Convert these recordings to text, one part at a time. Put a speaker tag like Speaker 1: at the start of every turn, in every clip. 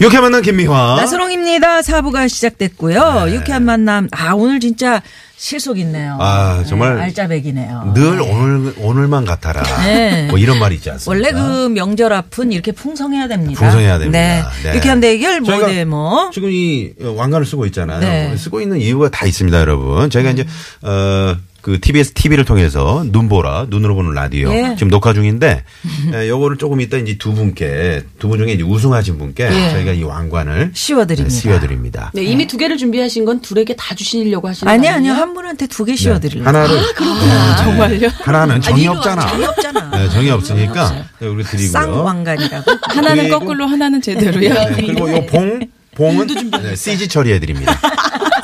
Speaker 1: 이렇게 만난 김미화.
Speaker 2: 나선홍입니다. 사부가 시작됐고요.
Speaker 1: 네.
Speaker 2: 유쾌한 만남. 아 오늘 진짜 실속 있네요.
Speaker 1: 아, 정말.
Speaker 2: 네, 알짜배기네요.
Speaker 1: 늘 오늘 오늘만 같아라.
Speaker 2: 네.
Speaker 1: 뭐 이런 말이 있지 않습니까?
Speaker 2: 원래 그 명절 앞은 이렇게 풍성해야 됩니다.
Speaker 1: 풍성해야 됩니다.
Speaker 2: 네.
Speaker 1: 네.
Speaker 2: 유쾌한 대결 뭐.
Speaker 1: 저희가
Speaker 2: 모데모.
Speaker 1: 지금 이 왕관을 쓰고 있잖아요.
Speaker 2: 네.
Speaker 1: 쓰고 있는 이유가 다 있습니다, 여러분. 저희가 이제 어그 TBS TV를 통해서 눈보라 눈으로 보는 라디오
Speaker 2: 예.
Speaker 1: 지금 녹화 중인데 에, 요거를 조금 이따 이제 두 분께 두 분 중에 이제 우승하신 분께
Speaker 2: 예.
Speaker 1: 저희가 이 왕관을
Speaker 2: 씌워드립니다.
Speaker 1: 네, 씌워드립니다.
Speaker 3: 네, 이미 두 개를 준비하신 건 둘에게 다 주시려고 하시는
Speaker 2: 아니
Speaker 3: 거
Speaker 2: 아니요
Speaker 3: 아니에요?
Speaker 2: 한 분한테 두 개 씌워드릴래요.
Speaker 1: 네.
Speaker 2: 아,
Speaker 1: 하나를 네.
Speaker 3: 정말요?
Speaker 1: 하나는 정이 없잖아.
Speaker 2: 정이 없잖아.
Speaker 1: 네, 정이 없으니까 네, 우리 드리고요.
Speaker 2: 아, 쌍왕관이라고.
Speaker 3: 하나는
Speaker 1: 그리고-
Speaker 3: 거꾸로 하나는 제대로요.
Speaker 1: 네, 그리고 요 봉, 봉은 네, CG 처리해 드립니다.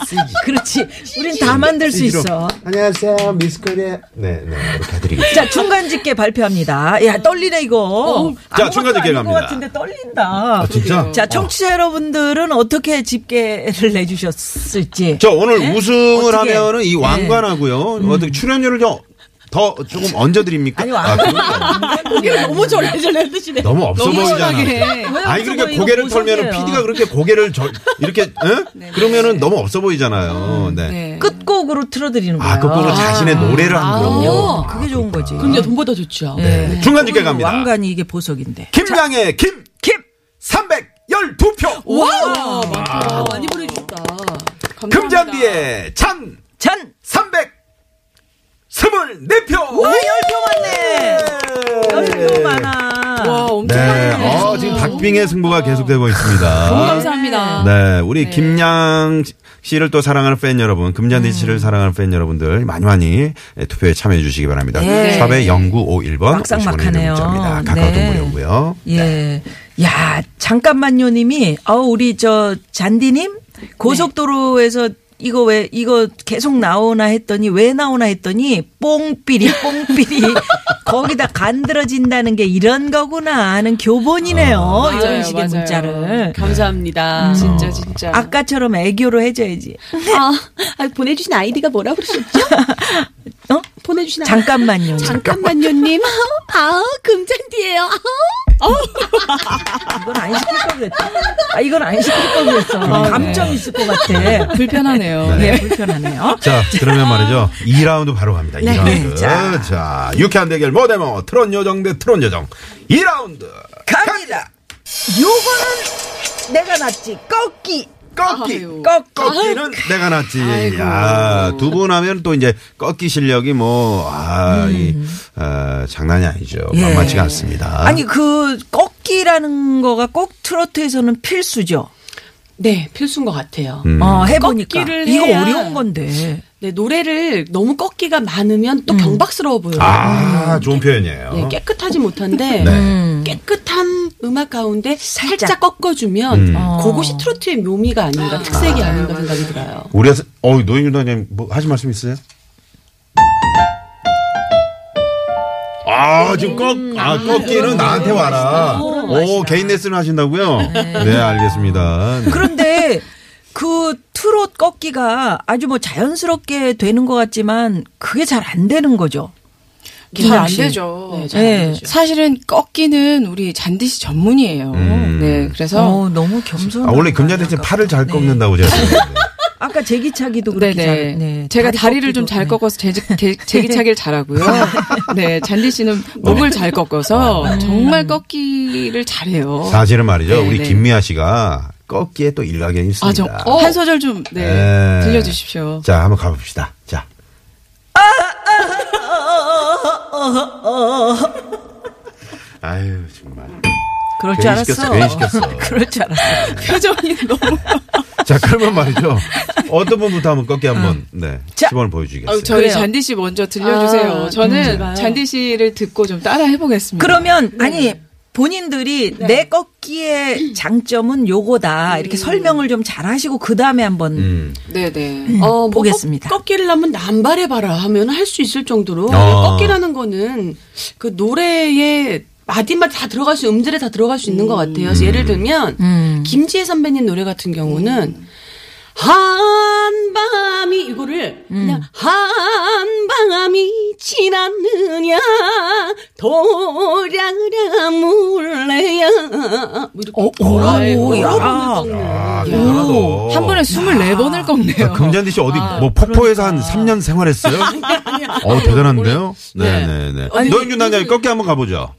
Speaker 1: CG.
Speaker 2: 그렇지. 우린 다 만들 수
Speaker 1: CG로.
Speaker 2: 있어.
Speaker 1: 안녕하세요, 미스 코리아. 네, 네, 이렇게 해드리겠습니다.
Speaker 2: 자 중간 집계 발표합니다. 야 떨리네 이거.
Speaker 1: 어? 자,
Speaker 2: 아무것도
Speaker 1: 중간 집계
Speaker 2: 아닌
Speaker 1: 갑니다.
Speaker 2: 것 같은데 떨린다.
Speaker 1: 아, 진짜?
Speaker 2: 자, 청취자 여러분들은 어떻게 집계를 내주셨을지.
Speaker 1: 저 오늘 우승을
Speaker 2: 네? 어떻게? 네. 음.
Speaker 1: 하면은 이 왕관하고요. 어떻게 출연료를 좀 더 조금 얹어 드립니까?
Speaker 2: 아니,
Speaker 1: 아,
Speaker 2: 왕관.
Speaker 1: 그건
Speaker 3: 고개를 너무 절레절레 드시네.
Speaker 1: 너무 없어 보이잖아.
Speaker 2: 왜
Speaker 1: 아니
Speaker 2: 없어
Speaker 1: 그렇게
Speaker 2: 보이고
Speaker 1: 고개를 털면은
Speaker 2: 보석이에요?
Speaker 1: PD가 그렇게 고개를 저 이렇게 응?
Speaker 2: 네.
Speaker 1: 그러면은 너무 없어 보이잖아요. 네.
Speaker 3: 네.
Speaker 2: 끝곡으로 틀어드리는 거예요.
Speaker 1: 아, 그거로 자신의 노래를 한
Speaker 2: 오,
Speaker 1: 거군요.
Speaker 2: 아, 그게 좋은 거지.
Speaker 3: 근데 돈보다 좋죠.
Speaker 1: 네. 중간 집계 갑니다.
Speaker 2: 왕관이 이게 보석인데.
Speaker 1: 김강의 김, 김, 312표.
Speaker 3: 와우! 아, 많다. 많이 보내주셨다. 감사합니다.
Speaker 1: 금잔디의 찬,
Speaker 2: 잔!
Speaker 1: 324표.
Speaker 2: 아, 열표 맞네! 열표
Speaker 3: 와,
Speaker 2: 많아.
Speaker 3: 엄청
Speaker 1: 네.
Speaker 3: 많이
Speaker 1: 어, 지금 박빙의 승부가 계속되고
Speaker 3: 너무
Speaker 1: 있습니다.
Speaker 3: 아, 감사합니다.
Speaker 1: 네, 우리 김양 씨를 또 사랑하는 팬 여러분,
Speaker 2: 네.
Speaker 1: 금잔디 씨를 사랑하는 팬 여러분들 많이 많이 예, 투표에 참여해 주시기 바랍니다.
Speaker 2: 네.
Speaker 1: 샵의 0951번
Speaker 2: 막상막하네요.
Speaker 1: 문자입니다. 카카오톡
Speaker 2: 네.
Speaker 1: 무료고요. 네.
Speaker 2: 예. 야, 잠깐만요 님이, 어, 우리 저, 잔디님? 고속도로에서 이거 왜, 이거 계속 나오나 했더니, 왜 나오나 했더니, 뽕삐리, 뽕삐리. 거기다 간들어진다는 게 이런 거구나 하는 교본이네요. 이런 식의
Speaker 3: 맞아요. 네. 음.
Speaker 2: 문자를.
Speaker 3: 감사합니다. 진짜, 진짜.
Speaker 2: 아까처럼 애교로 해줘야지.
Speaker 3: 아, 아, 보내주신 아이디가 뭐라 그러셨죠?
Speaker 2: 어?
Speaker 3: 보내주신 아이디.
Speaker 2: 잠깐만요.
Speaker 3: 잠깐만요님. 아우, 금잔디예요 아우.
Speaker 2: 아, 이건 안 시킬 거 그랬다. 아, 이건 안 시킬 거 그랬어. 감정 있을
Speaker 1: 네.
Speaker 2: 것 같아.
Speaker 3: 불편하네요.
Speaker 2: 네, 불편하네요.
Speaker 1: 자, 그러면 말이죠. 2라운드 바로 갑니다. 2라운드.
Speaker 2: 네,
Speaker 1: 자.
Speaker 2: 자.
Speaker 1: 유쾌한 대결 모데모 트론 요정 대 트론 요정. 2라운드.
Speaker 2: 갑니다. 요거는 내가 낫지. 꺾기.
Speaker 1: 꺾기.
Speaker 3: 아유.
Speaker 1: 꺾기는 내가 낫지. 야, 두 분 하면 또 이제 꺾기 실력이 뭐, 아, 이, 어, 장난이 아니죠.
Speaker 2: 예.
Speaker 1: 만만치가 않습니다.
Speaker 2: 아니 그 꺾기라는 거가 꼭 트로트에서는 필수죠.
Speaker 3: 네, 필수인 것 같아요.
Speaker 1: 음.
Speaker 2: 어, 해보니까
Speaker 3: 꺾기를
Speaker 2: 이거
Speaker 3: 해야-
Speaker 2: 어려운 건데.
Speaker 3: 네, 노래를 너무 꺾기가 많으면 또 경박스러워 보여요.
Speaker 1: 아, 좋은 표현이에요.
Speaker 3: 네, 깨끗하지 못한데 음.
Speaker 1: 네.
Speaker 3: 깨끗한 음악 가운데 살짝,
Speaker 2: 살짝.
Speaker 3: 꺾어주면
Speaker 1: 음.
Speaker 3: 그것이 트로트의 묘미가 아닌가 특색이 아. 닌가 생각이 들어요.
Speaker 1: 우리, 어, 노인준 단장님, 뭐, 하실 말씀 있으세요? 아, 지금 꺾, 아, 꺾기는 나한테 와라. 오, 개인 레슨 하신다고요? 네, 알겠습니다. 네.
Speaker 2: 그런데 그 트롯 꺾기가 아주 뭐 자연스럽게 되는 것 같지만 그게 잘 안 되는 거죠.
Speaker 4: 잘 안
Speaker 2: 김영 씨.
Speaker 4: 되죠.
Speaker 3: 네, 잘안
Speaker 2: 네.
Speaker 3: 되죠.
Speaker 4: 사실은 꺾기는 우리 잔디 씨 전문이에요.
Speaker 1: 음.
Speaker 4: 네, 그래서
Speaker 2: 어, 너무 겸손.
Speaker 1: 아, 원래 금자대 씨 팔을 잘 꺾는다고 제가. 생각했는데.
Speaker 2: 아까 제기차기도 그렇게
Speaker 4: 네네.
Speaker 2: 잘. 네,
Speaker 4: 제가
Speaker 2: 다리
Speaker 4: 다리를
Speaker 2: 꺾기도,
Speaker 4: 좀 잘
Speaker 2: 네.
Speaker 4: 꺾어서 제, 제, 제기차기를 잘하고요. 네, 잔디 씨는 목을 잘 꺾어서 정말 꺾기를 잘해요.
Speaker 1: 사실은 말이죠.
Speaker 4: 네,
Speaker 1: 우리
Speaker 4: 네.
Speaker 1: 김미아 씨가 꺾기에 또 일가견이
Speaker 4: 아,
Speaker 1: 있습니다.
Speaker 4: 저, 한 소절 좀, 네,
Speaker 1: 네.
Speaker 4: 들려주십시오.
Speaker 1: 자, 한번 가봅시다. 자. 아유, 정말.
Speaker 2: 그럴 줄
Speaker 1: 괜히
Speaker 2: 알았어.
Speaker 1: 시켰어, 괜히 시켰어.
Speaker 2: 그럴 줄 알았어.
Speaker 1: 네.
Speaker 4: 표정이 너무.
Speaker 1: 자, 그러면 말이죠. 어떤 분부터 한번 꺾기 한번, 네.
Speaker 2: 자.
Speaker 1: 시범을
Speaker 4: 아유,
Speaker 1: 보여주겠어요.
Speaker 4: 저희
Speaker 2: 그래요.
Speaker 4: 잔디 씨 먼저 들려주세요. 저는 잔디 씨를 듣고 좀 따라
Speaker 2: 음.
Speaker 4: 해보겠습니다.
Speaker 2: 그러면 아니 본인들이 내 꺾기의 장점은 요거다 이렇게 설명을 좀 잘하시고 그 다음에 한번
Speaker 1: 음.
Speaker 4: 네네.
Speaker 3: 어, 뭐
Speaker 2: 보겠습니다.
Speaker 3: 꺾, 꺾기를 하면 남발해 봐라 하면 할 수 있을 정도로
Speaker 1: 아.
Speaker 3: 꺾기라는 거는 그 노래에 마디마디 다 들어갈 수 음질에 다 들어갈 수 있는 것 같아요. 그래서 예를 들면
Speaker 2: 음.
Speaker 3: 김지혜 선배님 노래 같은 경우는 한밤이 이거를
Speaker 2: 음.
Speaker 3: 그냥 한밤이 지났느냐 돌아라 몰래야 뭐 이렇게
Speaker 2: 어, 오, 오, 오, 야.
Speaker 1: 아,
Speaker 3: 야.
Speaker 1: 대단하다.
Speaker 4: 한 번에 24번을 꺾네요.
Speaker 1: 금잔디 씨 어디 뭐 폭포에서 한 3년 생활했어요? 어 대단한데요?
Speaker 3: 네.
Speaker 1: 네네네. 노영준 단장님 꺾기 한번 가보죠.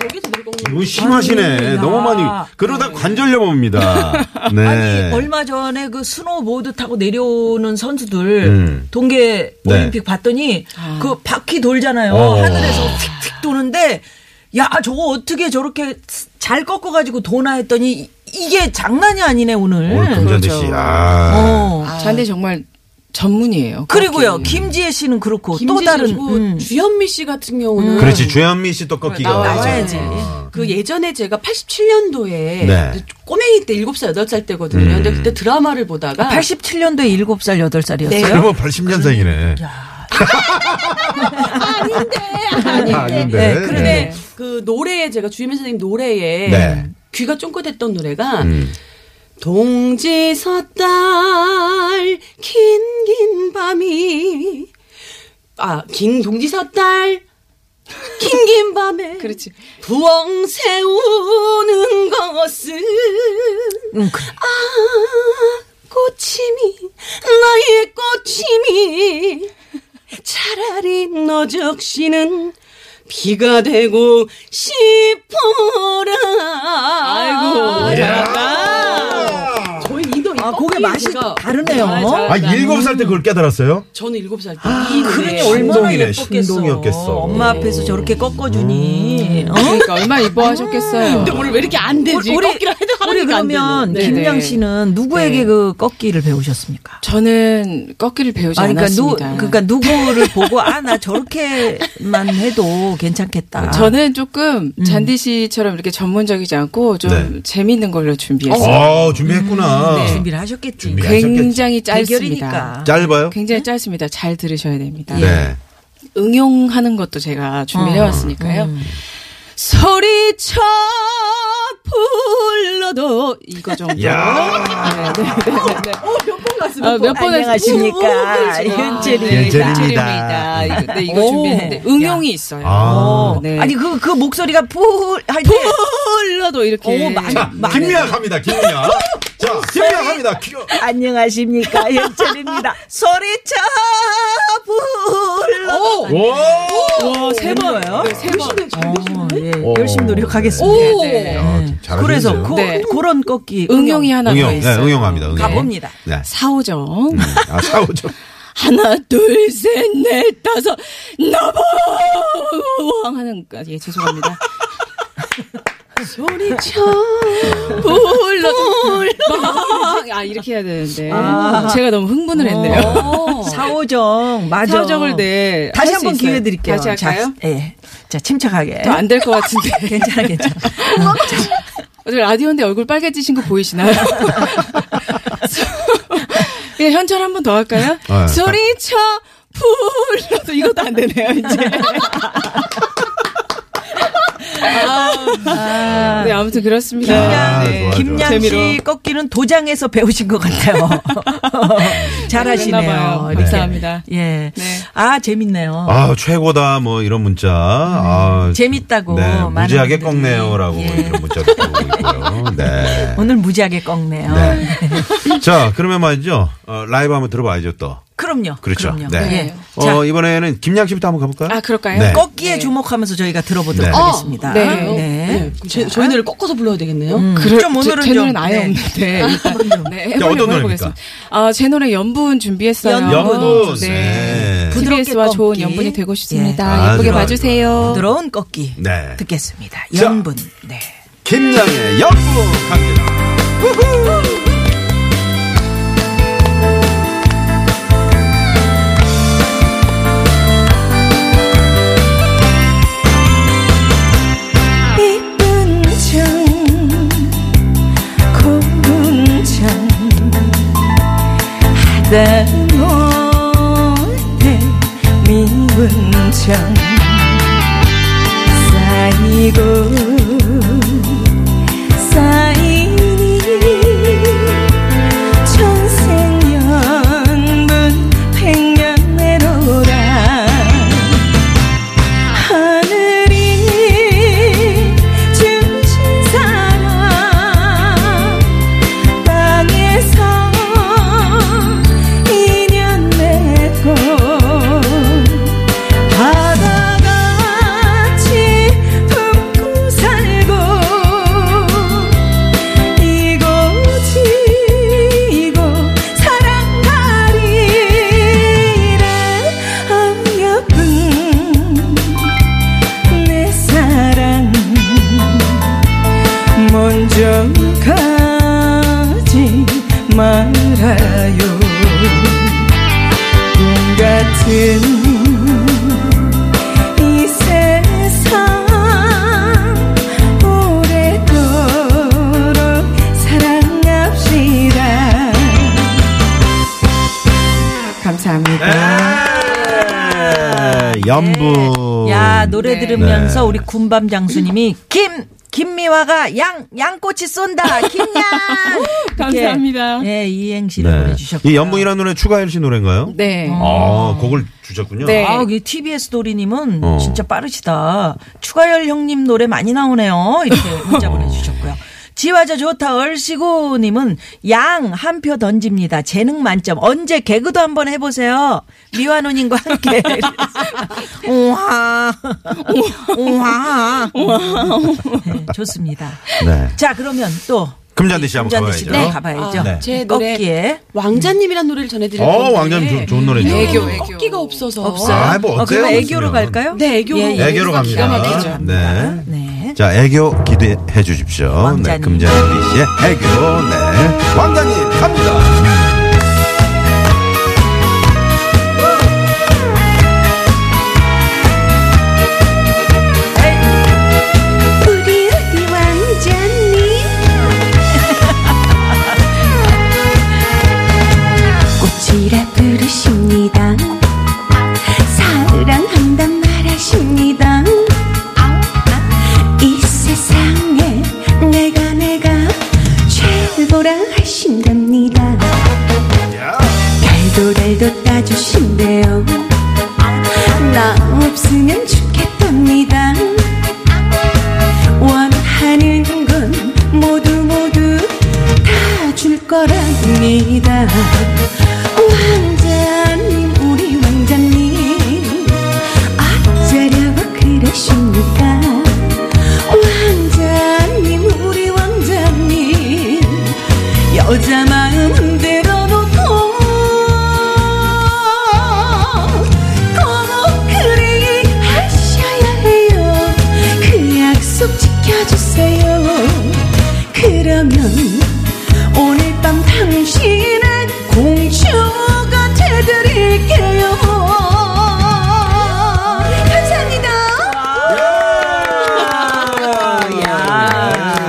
Speaker 3: 저게 제대로 꺾는
Speaker 1: 이거 심하시네.
Speaker 2: 아니,
Speaker 1: 너무
Speaker 2: 야.
Speaker 1: 많이 그러다 관절염 옵니다. 네.
Speaker 2: 아니 얼마 전에 그 스노보드 타고 내려오는 선수들
Speaker 1: 음.
Speaker 2: 동계
Speaker 1: 네.
Speaker 2: 올림픽 봤더니 그 바퀴 돌잖아요
Speaker 1: 어.
Speaker 2: 하늘에서 휙휙 도는데 야 저거 어떻게 저렇게 잘 꺾어가지고 도나 했더니 이게 장난이 아니네 오늘.
Speaker 1: 오늘 금잔디 씨. 아.
Speaker 2: 어.
Speaker 4: 잔디 정말 전문이에요.
Speaker 2: 그리고요
Speaker 4: 꺾기.
Speaker 2: 김지혜 씨는 그렇고 또
Speaker 3: 김지수
Speaker 2: 다른
Speaker 3: 씨고
Speaker 2: 음. 그렇죠.
Speaker 3: 주현미 씨 같은 경우는
Speaker 1: 그렇지 주현미 씨 또 꺾기가
Speaker 2: 어,
Speaker 3: 나와야지.
Speaker 2: 네.
Speaker 1: 아.
Speaker 3: 그 예전에 제가 87년도에
Speaker 1: 네.
Speaker 3: 꼬맹이 때 7살, 8살 때거든요.
Speaker 1: 음. 아,
Speaker 3: 근데 그때 드라마를 보다가
Speaker 2: 87년도에 7살 8살이었어요.
Speaker 3: 네.
Speaker 1: 그러면 80년생이네.
Speaker 3: 아니,
Speaker 1: 아닌데.
Speaker 2: 네,
Speaker 3: 근데 그 노래에 제가 주현미 선생님 노래에
Speaker 1: 네.
Speaker 3: 귀가 쫑긋했던 노래가
Speaker 1: 음.
Speaker 3: 동지섣달 긴긴 밤이 아 긴 동지섣달 긴긴 밤에
Speaker 4: 그렇지.
Speaker 3: 부엉 세우는 것은
Speaker 2: 음, 그래.
Speaker 3: 아 꽃임이 나의 꽃임이 차라리 너 적시는 비가 되고 싶어라
Speaker 4: 아이고.
Speaker 3: 잘한다 저희 이도
Speaker 2: 아, 곡의 맛이 다르네요.
Speaker 1: 아, 일곱 살 때 그걸 깨달았어요?
Speaker 3: 저는 일곱 살때 이 노래
Speaker 2: 그러니 얼마나
Speaker 1: 신동이네,
Speaker 2: 예뻤겠어.
Speaker 1: 신동이었겠어.
Speaker 2: 엄마 앞에서 저렇게 꺾어주니. 어?
Speaker 4: 그러니까 얼마나 이뻐하셨겠어요.
Speaker 3: 근데 오늘 왜 이렇게 안 되지?
Speaker 2: 우리,
Speaker 3: 꺾기를 해도
Speaker 2: 우리
Speaker 3: 하나도 안
Speaker 2: 그러면
Speaker 3: 되고. 네.
Speaker 2: 김양
Speaker 4: 네.
Speaker 2: 씨는 누구에게
Speaker 4: 네.
Speaker 2: 그 꺾기를 배우셨습니까?
Speaker 4: 저는 꺾기를 배우지
Speaker 2: 아니, 그러니까, 누,
Speaker 4: 않았습니다.
Speaker 2: 그러니까 누구를 보고 아 나 저렇게만 해도 괜찮겠다.
Speaker 4: 아. 저는 조금
Speaker 2: 음.
Speaker 4: 잔디 씨처럼 이렇게 전문적이지 않고 좀
Speaker 1: 네.
Speaker 4: 재미있는 걸로
Speaker 2: 네.
Speaker 4: 준비했어요.
Speaker 1: 아, 준비했구나.
Speaker 2: 준비를 하셨겠지.
Speaker 1: 준비.
Speaker 4: 굉장히
Speaker 2: 대결이니까. 네?
Speaker 4: 짧습니다.
Speaker 1: 짧아요?
Speaker 4: 굉장히 짧습니다. 잘 들으셔야 됩니다.
Speaker 1: 네.
Speaker 4: 응용하는 것도 제가
Speaker 2: 어.
Speaker 4: 준비해 왔으니까요.
Speaker 2: 음.
Speaker 4: 소리쳐 불러도 이거 정도.
Speaker 2: 네.
Speaker 1: 야.
Speaker 4: 아, 몇번
Speaker 2: 안녕하십니까. 윤철이.
Speaker 1: 윤철입니다.
Speaker 4: 네, 이거
Speaker 2: 오.
Speaker 4: 준비했는데 응용이 있어요.
Speaker 1: 아.
Speaker 2: 어.
Speaker 4: 네.
Speaker 2: 아니 그 그 목소리가 푸할 때.
Speaker 4: 불러도 이렇게.
Speaker 2: 오, 많이
Speaker 1: 자,
Speaker 2: 많이
Speaker 1: 김미아 갑니다. 김미아.
Speaker 2: 네.
Speaker 1: 자, 김미아 갑니다. 기-
Speaker 2: 안녕하십니까 현철입니다. 소리쳐 불러.
Speaker 1: 오!
Speaker 2: 와세 번요?
Speaker 4: 네, 세 번. 아, 예.
Speaker 1: 오.
Speaker 2: 네. 열심히 노력하겠습니다.
Speaker 4: 오.
Speaker 2: 네.
Speaker 4: 네.
Speaker 1: 아, 잘하셨어요.
Speaker 2: 그래서 고,
Speaker 4: 네.
Speaker 2: 그런 꺾기
Speaker 4: 응용이 하나 더
Speaker 1: 응용. 네,
Speaker 4: 있어요.
Speaker 1: 응용합니다. 응용.
Speaker 2: 가봅니다.
Speaker 1: 네.
Speaker 4: 사오정.
Speaker 1: 음, 아, 사오죠.
Speaker 4: 하나, 둘, 셋, 넷, 다섯, 나보왕 하는, 거- 예, 죄송합니다.
Speaker 3: 소리쳐
Speaker 4: 불러, 불러. 아, 이렇게 해야 되는데. 어. 제가 너무 흥분을 했네요.
Speaker 2: 어. 사오정 맞아.
Speaker 4: 사오정을 네.
Speaker 2: 다시
Speaker 4: 할수
Speaker 2: 한번
Speaker 4: 있어요.
Speaker 2: 기회 드릴게요.
Speaker 4: 다시 할까요? 아,
Speaker 2: 자, 예. 자 침착하게.
Speaker 4: 안 될 것 같은데.
Speaker 2: 괜찮아 괜찮아.
Speaker 4: 어제 라디오인데 얼굴 빨개지신 거 보이시나요? 그냥 현철 한 번 더 할까요?
Speaker 1: 아, 예.
Speaker 4: 소리쳐 불러도 이것도 안 되네요 이제. 아, 네 아무튼 그렇습니다.
Speaker 1: 아,
Speaker 4: 네.
Speaker 1: 좋아요.
Speaker 2: 김양 씨
Speaker 4: 재미로.
Speaker 2: 꺾기는 도장에서 배우신 것 같아요. 잘하시네요.
Speaker 1: 네.
Speaker 4: 그랬나봐요.
Speaker 2: 이렇게.
Speaker 4: 감사합니다.
Speaker 2: 예.
Speaker 4: 네.
Speaker 2: 아 재밌네요.
Speaker 1: 아, 최고다. 뭐 이런 문자. 아,
Speaker 2: 네. 재밌다고
Speaker 1: 네,
Speaker 2: 많은
Speaker 1: 무지하게
Speaker 2: 분들이.
Speaker 1: 꺾네요라고
Speaker 2: 예.
Speaker 1: 이런 문자도 오고 있고요. 네.
Speaker 2: 오늘 무지하게 꺾네요.
Speaker 1: 네. 자, 그러면 말이죠. 어, 라이브 한번 들어봐야죠, 또.
Speaker 2: 그럼요.
Speaker 1: 그렇죠.
Speaker 2: 럼요
Speaker 1: 네.
Speaker 2: 예. 자,
Speaker 1: 어, 이번에는 김양 씨부터 한번 가볼까요?
Speaker 4: 아 그럴까요?
Speaker 1: 네.
Speaker 2: 꺾기에 주목하면서 저희가 들어보도록
Speaker 1: 네.
Speaker 2: 하겠습니다.
Speaker 4: 어,
Speaker 2: 네.
Speaker 4: 네.
Speaker 3: 네. 제- 저희 노래를 꺾어서 불러야 되겠네요.
Speaker 4: 그럴-
Speaker 2: 좀 오늘은
Speaker 4: 제, 제
Speaker 2: 좀,
Speaker 4: 노래는 아예
Speaker 2: 네.
Speaker 4: 없는데 일단 네, 해보려고
Speaker 1: 어떤 노래입니까?
Speaker 4: 해보겠습니다. 아, 제 노래 연분 준비했어요.
Speaker 1: 연분. 네.
Speaker 4: 네.
Speaker 2: 부드럽게
Speaker 4: TBS와 좋은
Speaker 2: 꺾기.
Speaker 4: 연분이 되고 싶습니다.
Speaker 1: 예. 아,
Speaker 4: 예쁘게
Speaker 1: 좋아요,
Speaker 4: 봐주세요.
Speaker 2: 부드러운 꺾기
Speaker 1: 네.
Speaker 2: 듣겠습니다.
Speaker 1: 자.
Speaker 2: 연분. 네.
Speaker 1: 김양의 연구 갑니다. 우후!
Speaker 2: 점점 쌓이고 쌓이니 청생연분 백년내로라 하늘이 주신 사랑 땅에서 인연 맺고 바다같이 품고 살고 이고지고 사랑하리라 안 예쁜 내 사랑 먼저 가지 말아요 꿈 같은 이 세상 오래도록 사랑합시다 감사합니다
Speaker 1: 네, 연분.
Speaker 2: 네. 야 노래
Speaker 4: 네.
Speaker 2: 들으면서
Speaker 1: 네.
Speaker 2: 우리 군밤 장수님이 김 김미화가 양 양꼬치 쏜다 김양
Speaker 4: 감사합니다.
Speaker 2: 예 이행시를
Speaker 1: 네.
Speaker 2: 보내주셨고
Speaker 1: 이 연분이라는 노래 추가열 씨 노래인가요?
Speaker 4: 네.
Speaker 1: 아, 곡을 주셨군요.
Speaker 4: 네.
Speaker 2: 아, 이 TBS 도리님은
Speaker 1: 어.
Speaker 2: 진짜 빠르시다. 추가열 형님 노래 많이 나오네요. 이렇게 문자 보내주셨고요. 지화자 좋다 얼씨구님은 양 한 표 던집니다. 재능 만점. 언제 개그도 한번 해보세요. 미완호님과 함께. 우와. 우와. 네, 좋습니다.
Speaker 1: 네.
Speaker 2: 자, 그러면 또.
Speaker 1: 금잔디 씨 한번
Speaker 2: 금잔디 씨로
Speaker 1: 가봐야죠.
Speaker 2: 가봐야죠.
Speaker 1: 네.
Speaker 5: 아, 제 노래
Speaker 2: 꺾기에.
Speaker 5: 왕자님이란 노래를 전해드릴
Speaker 1: 어,
Speaker 5: 건데
Speaker 1: 왕자님 좋- 좋은 노래죠.
Speaker 5: 애교,
Speaker 4: 애교.
Speaker 5: 꺾기가 없어서
Speaker 2: 없어요.
Speaker 1: 아, 뭐
Speaker 2: 어, 그럼
Speaker 1: 어때요,
Speaker 2: 애교로
Speaker 1: 그러면?
Speaker 2: 갈까요?
Speaker 5: 네, 애교로.
Speaker 2: 예, 예.
Speaker 1: 애교로 갑니다.
Speaker 5: 기가 막히죠.
Speaker 1: 네.
Speaker 2: 네.
Speaker 1: 자, 애교 기대해 주십시오. 네,
Speaker 2: 왕자님.
Speaker 1: 금잔디 씨의 애교. 네. 왕자님 갑니다.
Speaker 3: 우리 어디 왕자님 꽃이라 부르십니다 사랑한단 말하십니다 이 세상에 내가 내가 최고라 하신답니다 달도 달도 따주신대요 나 없으면 죽겠답니다 원하는 건 모두 모두 다 줄 거랍니다. 왕자님, 우리 왕자님, 어쩌려고 그러십니까? 왕자님, 우리 왕자님, 여자 마음 흔들어 놓고, 꼭 그리 하셔야 해요. 그 약속 지켜주세요. 그러면 오늘 밤 당신은 공주가 되드릴게요. 감사합니다.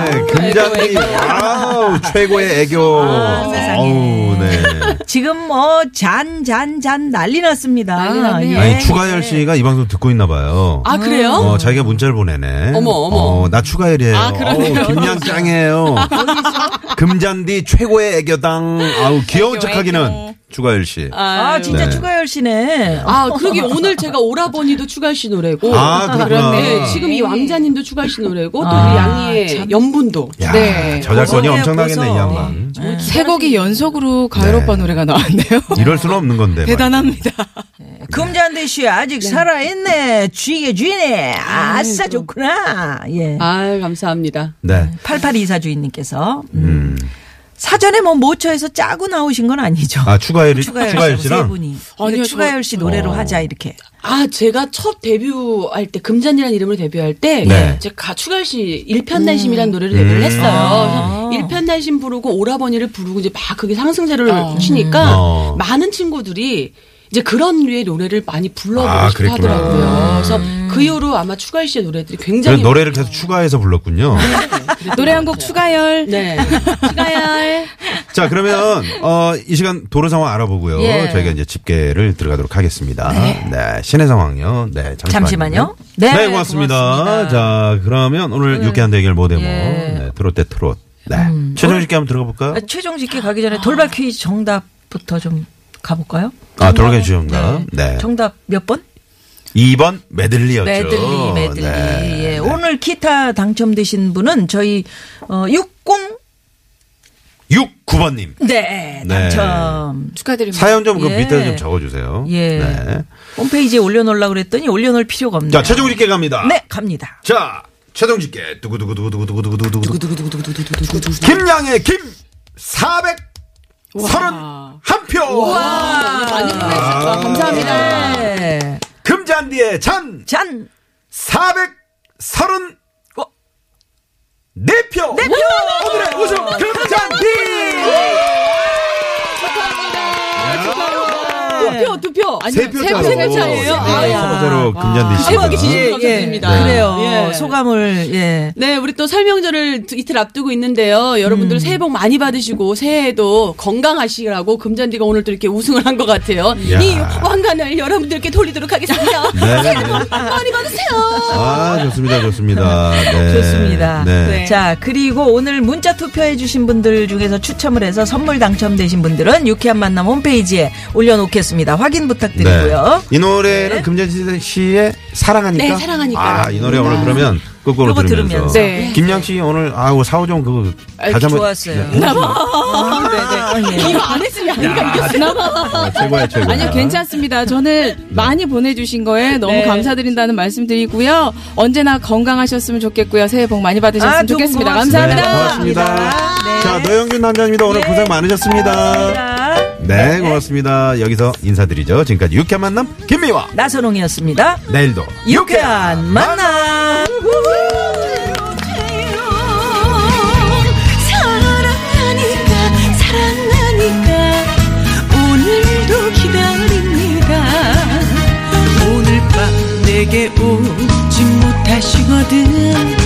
Speaker 1: 네, 금잔디 와우 최고의 애교. 어우, 네.
Speaker 2: 지금 뭐 잔 잔 잔 난리 났습니다. 예.
Speaker 4: 난리 났네요.
Speaker 1: 아니 추가열 씨가 이 방송 듣고 있나 봐요.
Speaker 5: 아, 그래요?
Speaker 1: 어, 자기가 문자를 보내네.
Speaker 5: 어머, 어머.
Speaker 1: 어, 나 추가열이에요.
Speaker 4: 아, 그러네요.
Speaker 1: 어우, 김양 짱이에요. 금잔디 최고의 애교당. 아우, 귀여운
Speaker 4: 애교,
Speaker 1: 척 하기는
Speaker 4: 애교.
Speaker 1: 추가열 씨. 아,
Speaker 2: 아, 진짜
Speaker 1: 네.
Speaker 2: 추가열 씨네.
Speaker 3: 뭐
Speaker 5: 아, 그러게 오늘 제가 오라버니도 추가할 씨 노래고.
Speaker 1: 아, 그렇구나.
Speaker 5: 네, 지금 이 왕자님도 추가할 씨 노래고, 또
Speaker 3: 아,
Speaker 5: 우리 양이의 연분도.
Speaker 1: 야,
Speaker 4: 네.
Speaker 1: 저작권이
Speaker 2: 고소해요,
Speaker 1: 엄청나겠네, 이
Speaker 2: 고소.
Speaker 1: 양반.
Speaker 4: 세 곡이 연속으로 가을
Speaker 1: 네.
Speaker 4: 오빠 노래가 나왔네요.
Speaker 1: 이럴 수는 없는 건데.
Speaker 4: 대단합니다.
Speaker 1: 네.
Speaker 2: 금잔디 씨 아직 살아있네. 쥐게 쥐네. 네. 아싸 좋구나. 예.
Speaker 5: 아, 감사합니다.
Speaker 1: 말이야. 네.
Speaker 2: 8824 주인님께서 음. 사전에 뭐 모처에서 짜고 나오신 건 아니죠.
Speaker 1: 아, 추가열,
Speaker 2: 추가열,
Speaker 1: 추가열
Speaker 2: 씨, 세
Speaker 1: 씨랑. 어.
Speaker 2: 분이
Speaker 4: 아니요,
Speaker 2: 이거 추가열 씨 노래로 하자 이렇게.
Speaker 5: 아, 제가 첫 데뷔할 때, 금잔이라는 이름으로 데뷔할 때,
Speaker 1: 네. 음.
Speaker 5: 제가 가추갈 씨
Speaker 3: 음.
Speaker 5: 일편단심이라는 노래를 데뷔를
Speaker 3: 아.
Speaker 5: 했어요. 그래서 일편단심 부르고 오라버니를 부르고 이제 막 그게 상승세를
Speaker 3: 아.
Speaker 5: 치니까
Speaker 1: 어.
Speaker 5: 많은 친구들이 이제 그런 류의 노래를 많이 불러보고
Speaker 1: 아,
Speaker 5: 싶어
Speaker 1: 그랬구나. 음.
Speaker 5: 하더라고요. 그래서 그 이후로 아마 추갈 씨의 노래들이
Speaker 1: 그래서
Speaker 5: 굉장히
Speaker 1: 노래를
Speaker 2: 뭐. 네.
Speaker 1: 계속 추가해서 불렀군요.
Speaker 4: 노래 한 곡 추가열.
Speaker 5: 네.
Speaker 4: 추가열.
Speaker 1: 자, 그러면, 어, 이 시간 도로 상황 알아보고요.
Speaker 2: 예.
Speaker 1: 저희가 이제 집계를 들어가도록 하겠습니다. 네. 시내 상황요. 네, 잠시만요.
Speaker 2: 잠시만요. 네,
Speaker 1: 고맙습니다.
Speaker 2: 고맙습니다. 음.
Speaker 1: 자, 그러면 오늘 유쾌한 대결 모데모.
Speaker 2: 예. 음.
Speaker 1: 네, 트롯 대 트롯. 네. 최종 집계 한번 들어가 볼까요?
Speaker 2: 아, 최종 집계 가기 전에 돌발 퀴즈 정답부터 좀 가볼까요?
Speaker 1: 아, 돌아가 주셨나? 네.
Speaker 2: 정답 몇 번?
Speaker 1: 2번 메들리였죠.
Speaker 2: 메들리, 메들리.
Speaker 1: 네.
Speaker 2: 예. 오늘 기타 당첨되신 분은 저희 어, 60
Speaker 1: 6, 9번님.
Speaker 2: 네,
Speaker 1: 네.
Speaker 2: 당첨.
Speaker 4: 축하드립니다.
Speaker 1: 사연 좀 그
Speaker 2: 예.
Speaker 1: 밑에 좀 적어주세요.
Speaker 2: 예.
Speaker 1: 네.
Speaker 2: 홈페이지에 올려놓으려고 그랬더니 올려놓을 필요가 없네요.
Speaker 1: 자, 최종 집계 갑니다.
Speaker 2: 네, 갑니다.
Speaker 1: 자, 최종 집계. 두구두구두구두구두구두구두구. 김양의 김 431표.
Speaker 3: 많이 보내주셔서 감사합니다.
Speaker 2: 네.
Speaker 1: 금잔디의 잔
Speaker 2: 잔.
Speaker 1: 430.
Speaker 2: 어.
Speaker 1: 네 표. 오늘의 우승 금잔디.
Speaker 3: 투표, 투표. 아니,
Speaker 1: 세 표짜로.
Speaker 3: 세 표짜리예요?
Speaker 1: 네,
Speaker 3: 아,
Speaker 1: 서로 금잔디
Speaker 3: 세 번째
Speaker 1: 씨가.
Speaker 3: 기준.
Speaker 2: 예, 예.
Speaker 3: 감사드립니다.
Speaker 2: 그래요.
Speaker 3: 예.
Speaker 2: 소감을 예.
Speaker 3: 네, 우리 또 설명절을 두- 이틀 앞두고 있는데요. 여러분들 새해 복 많이 받으시고 새해에도 건강하시라고 금잔디가 오늘 또 이렇게 우승을 한 것 같아요.
Speaker 1: 야.
Speaker 3: 이 왕관을 여러분들께 돌리도록 하겠습니다.
Speaker 1: 네.
Speaker 3: 새해 복 많이 받으세요.
Speaker 1: 아, 좋습니다. 좋습니다. 네.
Speaker 2: 좋습니다.
Speaker 1: 네.
Speaker 2: 자, 그리고 오늘 문자 투표해주신 분들 중에서 추첨을 해서 선물 당첨되신 분들은 유쾌한 만남 홈페이지에 올려놓겠습니다. 확인 부탁드리고요.
Speaker 1: 네. 이 노래는 금잔디 씨의 사랑하니까.
Speaker 3: 네, 사랑하니까.
Speaker 1: 아, 이 노래 오늘 그러면 거꾸로
Speaker 2: 그거
Speaker 1: 들으면서.
Speaker 2: 들으면서. 네.
Speaker 1: 김양 씨 오늘 아우 사오정 그거
Speaker 2: 아,
Speaker 1: 다시 한번
Speaker 2: 좋았어요.
Speaker 1: 네,
Speaker 2: 네.
Speaker 3: 이거 안 했으면 아니가 이겼어.
Speaker 1: 아, 최고야 최고.
Speaker 4: 아니요, 괜찮습니다. 저는 많이 보내주신 거에 너무
Speaker 3: 네.
Speaker 4: 감사드린다는 말씀드리고요. 언제나 건강하셨으면 좋겠고요. 새해 복 많이 받으셨으면
Speaker 2: 아, 두 분
Speaker 4: 좋겠습니다.
Speaker 2: 고맙습니다.
Speaker 4: 감사합니다.
Speaker 1: 네, 고맙습니다.
Speaker 2: 네.
Speaker 1: 자, 노영균 남자입니다. 오늘 고생 많으셨습니다.
Speaker 2: 자,
Speaker 1: 네, 고맙습니다. 여기서 인사드리죠. 지금까지 유쾌한 만남 김미화.
Speaker 2: 나선홍이었습니다.
Speaker 1: 내일도
Speaker 2: 유쾌한 만남.
Speaker 6: 사랑하니까 사랑하니까 오늘도 기다립니다
Speaker 7: 오늘 밤 내게 오지 못하시거든